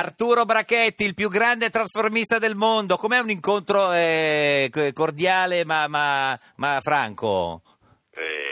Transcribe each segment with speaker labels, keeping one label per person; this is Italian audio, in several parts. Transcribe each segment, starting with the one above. Speaker 1: Arturo Brachetti, il più grande trasformista del mondo, com'è un incontro eh, cordiale ma, ma- ma franco?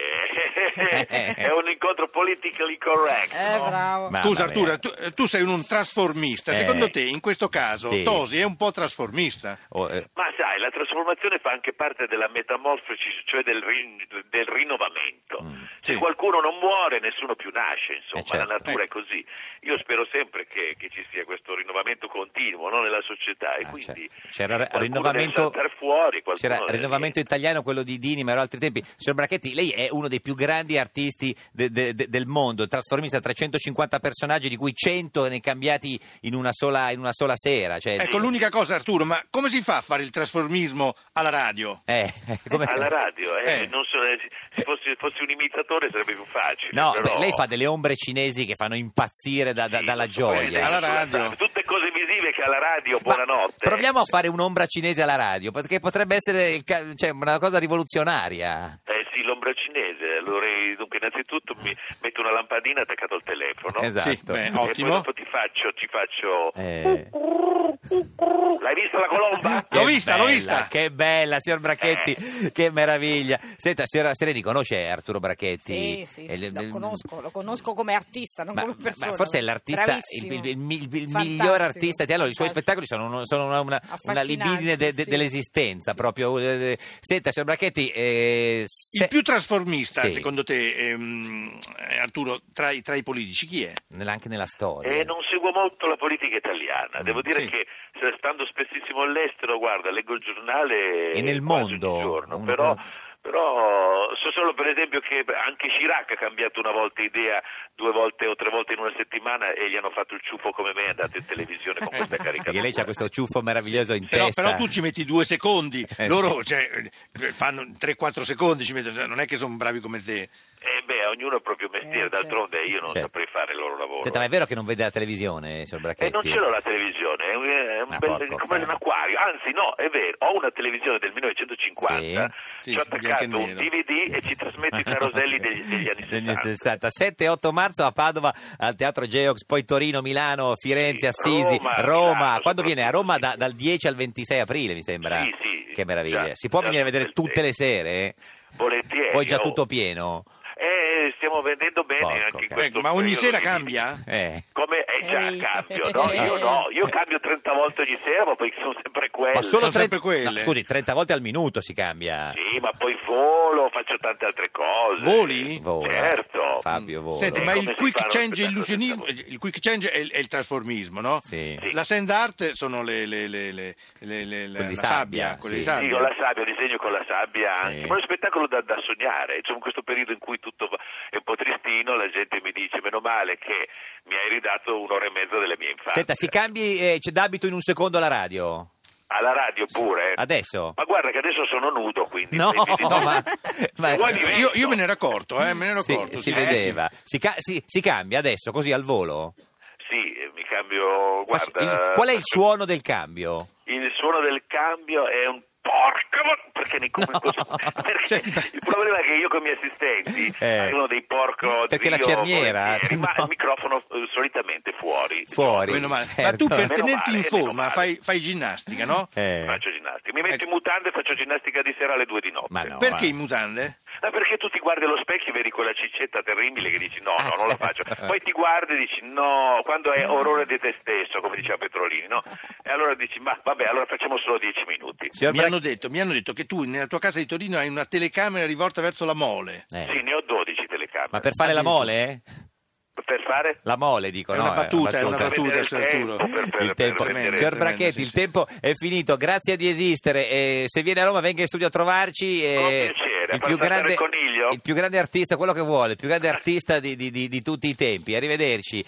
Speaker 2: Eh, è un incontro politically correct.
Speaker 3: Eh,
Speaker 2: no? eh.
Speaker 3: bravo.
Speaker 1: Ma-
Speaker 4: Scusa
Speaker 1: Mamma mia.
Speaker 4: Arturo, tu, eh, tu sei un trasformista,
Speaker 1: Eh.
Speaker 4: secondo te in questo caso
Speaker 1: Sì.
Speaker 4: Tosi è un po' trasformista?
Speaker 1: Oh, eh,
Speaker 2: Ma sai, la trasformazione fa anche parte della metamorfosi, cioè del, rin- del rinnovamento.
Speaker 1: Mm,
Speaker 2: Se
Speaker 4: sì.
Speaker 2: qualcuno non muore, nessuno più nasce, insomma,
Speaker 1: Eh, certo.
Speaker 2: la natura
Speaker 4: Eh.
Speaker 2: è così. Io spero sempre che, che ci sia questo rinnovamento continuo no, nella società e
Speaker 1: ah,
Speaker 2: quindi
Speaker 1: certo. c'era r-
Speaker 2: qualcuno deve
Speaker 1: rinnovamento,
Speaker 2: saltare fuori, qualcuno
Speaker 1: c'era
Speaker 2: deve-
Speaker 1: rinnovamento italiano, quello di Dini, ma erano altri tempi. Signor Brachetti, lei è uno dei più grandi artisti de- de- de- del mondo, trasformista, 350 personaggi, di cui 100 ne cambiati in una sola, in una sola sera. Cioè,
Speaker 4: Ecco, l'unica cosa Arturo, ma come si fa a fare il trasformismo alla radio?
Speaker 1: eh, come-
Speaker 2: alla radio, eh,
Speaker 4: Eh.
Speaker 2: non so, eh, se fossi, fossi un imitatore sarebbe più facile.
Speaker 1: No,
Speaker 2: però-
Speaker 1: beh, lei fa delle ombre cinesi che fanno impazzire da- da-
Speaker 2: Sì,
Speaker 1: dalla
Speaker 2: questo poi
Speaker 1: gioia.
Speaker 2: è
Speaker 4: Alla
Speaker 2: sulla
Speaker 4: radio.
Speaker 2: strada. Tutte cose visive che alla radio,
Speaker 1: Ma
Speaker 2: buonanotte.
Speaker 1: Proviamo a fare un'ombra cinese alla radio, perché potrebbe essere il ca- cioè, una cosa rivoluzionaria.
Speaker 2: Eh sì, l'ombra cinese. Allora, dunque, innanzitutto mi metto una lampadina attaccata al telefono.
Speaker 1: Esatto.
Speaker 4: Sì, beh,
Speaker 2: E poi
Speaker 4: ottimo.
Speaker 2: dopo ti faccio, ci faccio. Uh,
Speaker 1: Eh.
Speaker 2: L'hai vista la colomba?
Speaker 1: Che
Speaker 4: L'ho vista, l'ho
Speaker 1: bella,
Speaker 4: vista. Eh.
Speaker 1: Che bella, signor Brachetti, che meraviglia. Senta, signora Sereni, conosce Arturo Brachetti?
Speaker 3: Sì, sì,
Speaker 1: Eh,
Speaker 3: sì,
Speaker 1: l-
Speaker 3: lo
Speaker 1: l-
Speaker 3: conosco, lo conosco come artista, non
Speaker 1: Ma,
Speaker 3: come
Speaker 1: ma-
Speaker 3: persona.
Speaker 1: ma forse è l'artista, il,
Speaker 3: Bravissimo.
Speaker 1: il- il- il
Speaker 3: Fantastico,
Speaker 1: miglior artista italiano. I suoi
Speaker 3: fantastico.
Speaker 1: spettacoli sono, uno- sono una, una, una
Speaker 3: Affascinanti,
Speaker 1: libidine de- de-
Speaker 3: sì.
Speaker 1: dell'esistenza.
Speaker 3: Sì.
Speaker 1: Proprio. Eh, Senta, signor Brachetti, eh, se-
Speaker 4: Il più trasformista,
Speaker 1: Sì.
Speaker 4: secondo te, ehm, eh, Arturo, tra i, tra i politici chi è?
Speaker 1: nella- anche nella storia.
Speaker 2: Eh, non seguo molto la politica italiana. Devo
Speaker 1: Mm,
Speaker 2: dire
Speaker 4: sì.
Speaker 2: che se- stando spessissimo all'estero, guarda, leggo il giornale
Speaker 1: E nel
Speaker 2: quasi
Speaker 1: mondo?
Speaker 2: ogni giorno,
Speaker 1: Un-
Speaker 2: però però so solo per esempio che anche Chirac ha cambiato una volta idea due volte o tre volte in una settimana e gli hanno fatto il ciuffo come me è andato in televisione con questa caricatura.
Speaker 1: Perché lei c'ha questo ciuffo meraviglioso in
Speaker 4: Però,
Speaker 1: testa.
Speaker 4: però tu ci metti due secondi,
Speaker 1: Eh,
Speaker 4: loro cioè, eh, fanno 3-4 secondi, ci mettono, cioè, non è che sono bravi come te.
Speaker 2: Eh beh, ognuno ha il proprio mestiere,
Speaker 3: Eh, certo.
Speaker 2: d'altronde io non
Speaker 1: Certo.
Speaker 2: saprei fare il loro lavoro.
Speaker 1: Senta, ma è vero che non vede la televisione, signor
Speaker 2: E
Speaker 1: Brachetti?
Speaker 2: Eh, non ce l'ho la televisione, è un, è un
Speaker 1: Ah,
Speaker 2: bel-
Speaker 1: porco
Speaker 2: come un
Speaker 1: cane.
Speaker 2: acquario, anzi no, è vero, ho una televisione del 1950,
Speaker 4: Sì,
Speaker 2: ci
Speaker 4: sì,
Speaker 2: ho
Speaker 4: bianco
Speaker 2: attaccato
Speaker 4: e
Speaker 2: un
Speaker 4: nero.
Speaker 2: DVD e ci trasmetto i caroselli degli, degli anni 60.
Speaker 1: 60. 7 e 8 marzo a Padova, al Teatro Geox, poi Torino, Milano, Firenze,
Speaker 2: Sì,
Speaker 1: Assisi,
Speaker 2: Roma,
Speaker 1: Roma.
Speaker 2: Milano,
Speaker 1: Quando viene? A Roma da-
Speaker 2: sì.
Speaker 1: dal 10 al 26 aprile, mi sembra.
Speaker 2: Sì, sì,
Speaker 1: Che meraviglia.
Speaker 2: già,
Speaker 1: si può
Speaker 2: già
Speaker 1: venire a
Speaker 2: tutte
Speaker 1: vedere
Speaker 2: le
Speaker 1: tutte le sere?
Speaker 2: Volentieri.
Speaker 1: Poi già
Speaker 2: oh.
Speaker 1: tutto pieno?
Speaker 2: Eh, stiamo vendendo bene
Speaker 1: Porco
Speaker 2: anche in
Speaker 1: cane.
Speaker 2: questo
Speaker 4: Ecco, ma ogni
Speaker 2: periodo
Speaker 4: sera
Speaker 2: di-
Speaker 4: cambia?
Speaker 1: Eh.
Speaker 2: Come è già
Speaker 3: Ehi.
Speaker 2: cambio, no? Io no, io cambio 30 volte ogni sera, ma poi sono sempre quelle.
Speaker 1: Ma solo
Speaker 4: sono
Speaker 1: tre-
Speaker 4: sempre quelle.
Speaker 1: no, scusi, 30 volte al minuto si cambia.
Speaker 2: Sì, ma poi volo, faccio tante altre cose.
Speaker 4: Voli?
Speaker 1: Vola.
Speaker 2: Certo.
Speaker 1: Fabio Volo.
Speaker 4: Mm. Senti, ma
Speaker 2: Come
Speaker 4: il
Speaker 2: si
Speaker 4: quick
Speaker 2: fa a
Speaker 4: change
Speaker 2: non aspettare
Speaker 4: illusionismo, il quick change è, il- è il trasformismo, no?
Speaker 1: Sì.
Speaker 2: Sì.
Speaker 4: La sand art sono le, le- le- le- le- le- la
Speaker 1: di
Speaker 4: la
Speaker 1: sabbia,
Speaker 4: sabbia, quelle
Speaker 1: sì.
Speaker 4: di
Speaker 2: Sì,
Speaker 4: sabbia.
Speaker 2: con la sabbia, disegno con la sabbia,
Speaker 1: Sì.
Speaker 2: anzi, ma è uno spettacolo da, da sognare, insomma in questo periodo in cui tutto va- è un po' tristino, la gente mi dice meno male che mi hai ridato un'ora e mezza delle mie infanzie.
Speaker 1: Senta, si cambi eh, c'è d'abito in un secondo alla radio?
Speaker 2: Alla radio pure. eh.
Speaker 1: Adesso?
Speaker 2: Ma guarda che adesso sono nudo, quindi...
Speaker 1: No,
Speaker 2: se mi dici-
Speaker 1: ma- ma-
Speaker 2: Vuoi divento?
Speaker 4: Io, io me ne ero accorto, eh, me ne ero
Speaker 1: Sì,
Speaker 4: accorto.
Speaker 1: si
Speaker 4: sì, sì, sì.
Speaker 1: vedeva. Si, ca- si- si cambia adesso, così al volo?
Speaker 2: Sì, eh, mi cambio... Guarda... eh,
Speaker 1: Il- qual è il suono del cambio?
Speaker 2: Il suono del cambio è un porca vo- perché, ne-
Speaker 1: No. Cioè,
Speaker 2: perché
Speaker 4: Senti, ma-
Speaker 2: il problema è che io con i miei assistenti
Speaker 1: Eh.
Speaker 2: sono dei porco
Speaker 1: Perché la
Speaker 2: zio
Speaker 1: cerniera-
Speaker 2: volentieri, ma
Speaker 1: no.
Speaker 2: il microfono eh, solitamente fuori
Speaker 1: Fuori.
Speaker 4: Meno male. Ma
Speaker 1: certo.
Speaker 4: tu per
Speaker 2: Meno
Speaker 4: tenerti
Speaker 2: male,
Speaker 4: in
Speaker 2: meno
Speaker 4: forma
Speaker 2: male.
Speaker 4: fai, fai ginnastica, no?
Speaker 1: Eh.
Speaker 2: diciamo, faccio ginnastica mi metto
Speaker 4: Ecco.
Speaker 2: in mutande e faccio ginnastica di sera alle due di notte
Speaker 1: Ma no.
Speaker 4: Perché
Speaker 1: eh.
Speaker 4: in mutande?
Speaker 2: Ma perché tu ti guardi allo specchio e vedi quella ciccetta terribile che dici no, no, non
Speaker 1: Ah,
Speaker 2: la faccio.
Speaker 1: certo.
Speaker 2: Poi ti guardi e dici no, quando è orrore di te stesso, come diceva Petrolini, no? E allora dici ma vabbè, allora facciamo solo dieci minuti.
Speaker 1: Signor
Speaker 4: Mi
Speaker 1: Bra-
Speaker 4: hanno, detto, mi hanno detto che tu nella tua casa di Torino hai una telecamera rivolta verso la mole.
Speaker 1: Eh.
Speaker 2: Sì, ne ho 12 telecamere.
Speaker 1: Ma per fare la mole?
Speaker 2: per fare?
Speaker 1: La mole, dico.
Speaker 4: È
Speaker 1: no,
Speaker 4: una battuta, è una
Speaker 2: battuta.
Speaker 4: battuta,
Speaker 2: Per
Speaker 4: signor
Speaker 2: vedere il
Speaker 4: Arturo.
Speaker 2: tempo, per- per-
Speaker 1: Il tempo.
Speaker 2: tremendo,
Speaker 1: Signor
Speaker 4: tremendo,
Speaker 1: Brachetti,
Speaker 4: sì,
Speaker 1: il
Speaker 4: sì.
Speaker 1: tempo è finito. Grazie di esistere. Eh, se viene a Roma, venga in studio a trovarci. eh,
Speaker 2: Con piacere.
Speaker 1: il,
Speaker 2: Fa
Speaker 1: più
Speaker 2: saltare
Speaker 1: grande,
Speaker 2: il coniglio?
Speaker 1: il più grande artista, quello che vuole, il più grande artista di, di- di- di tutti i tempi. Arrivederci.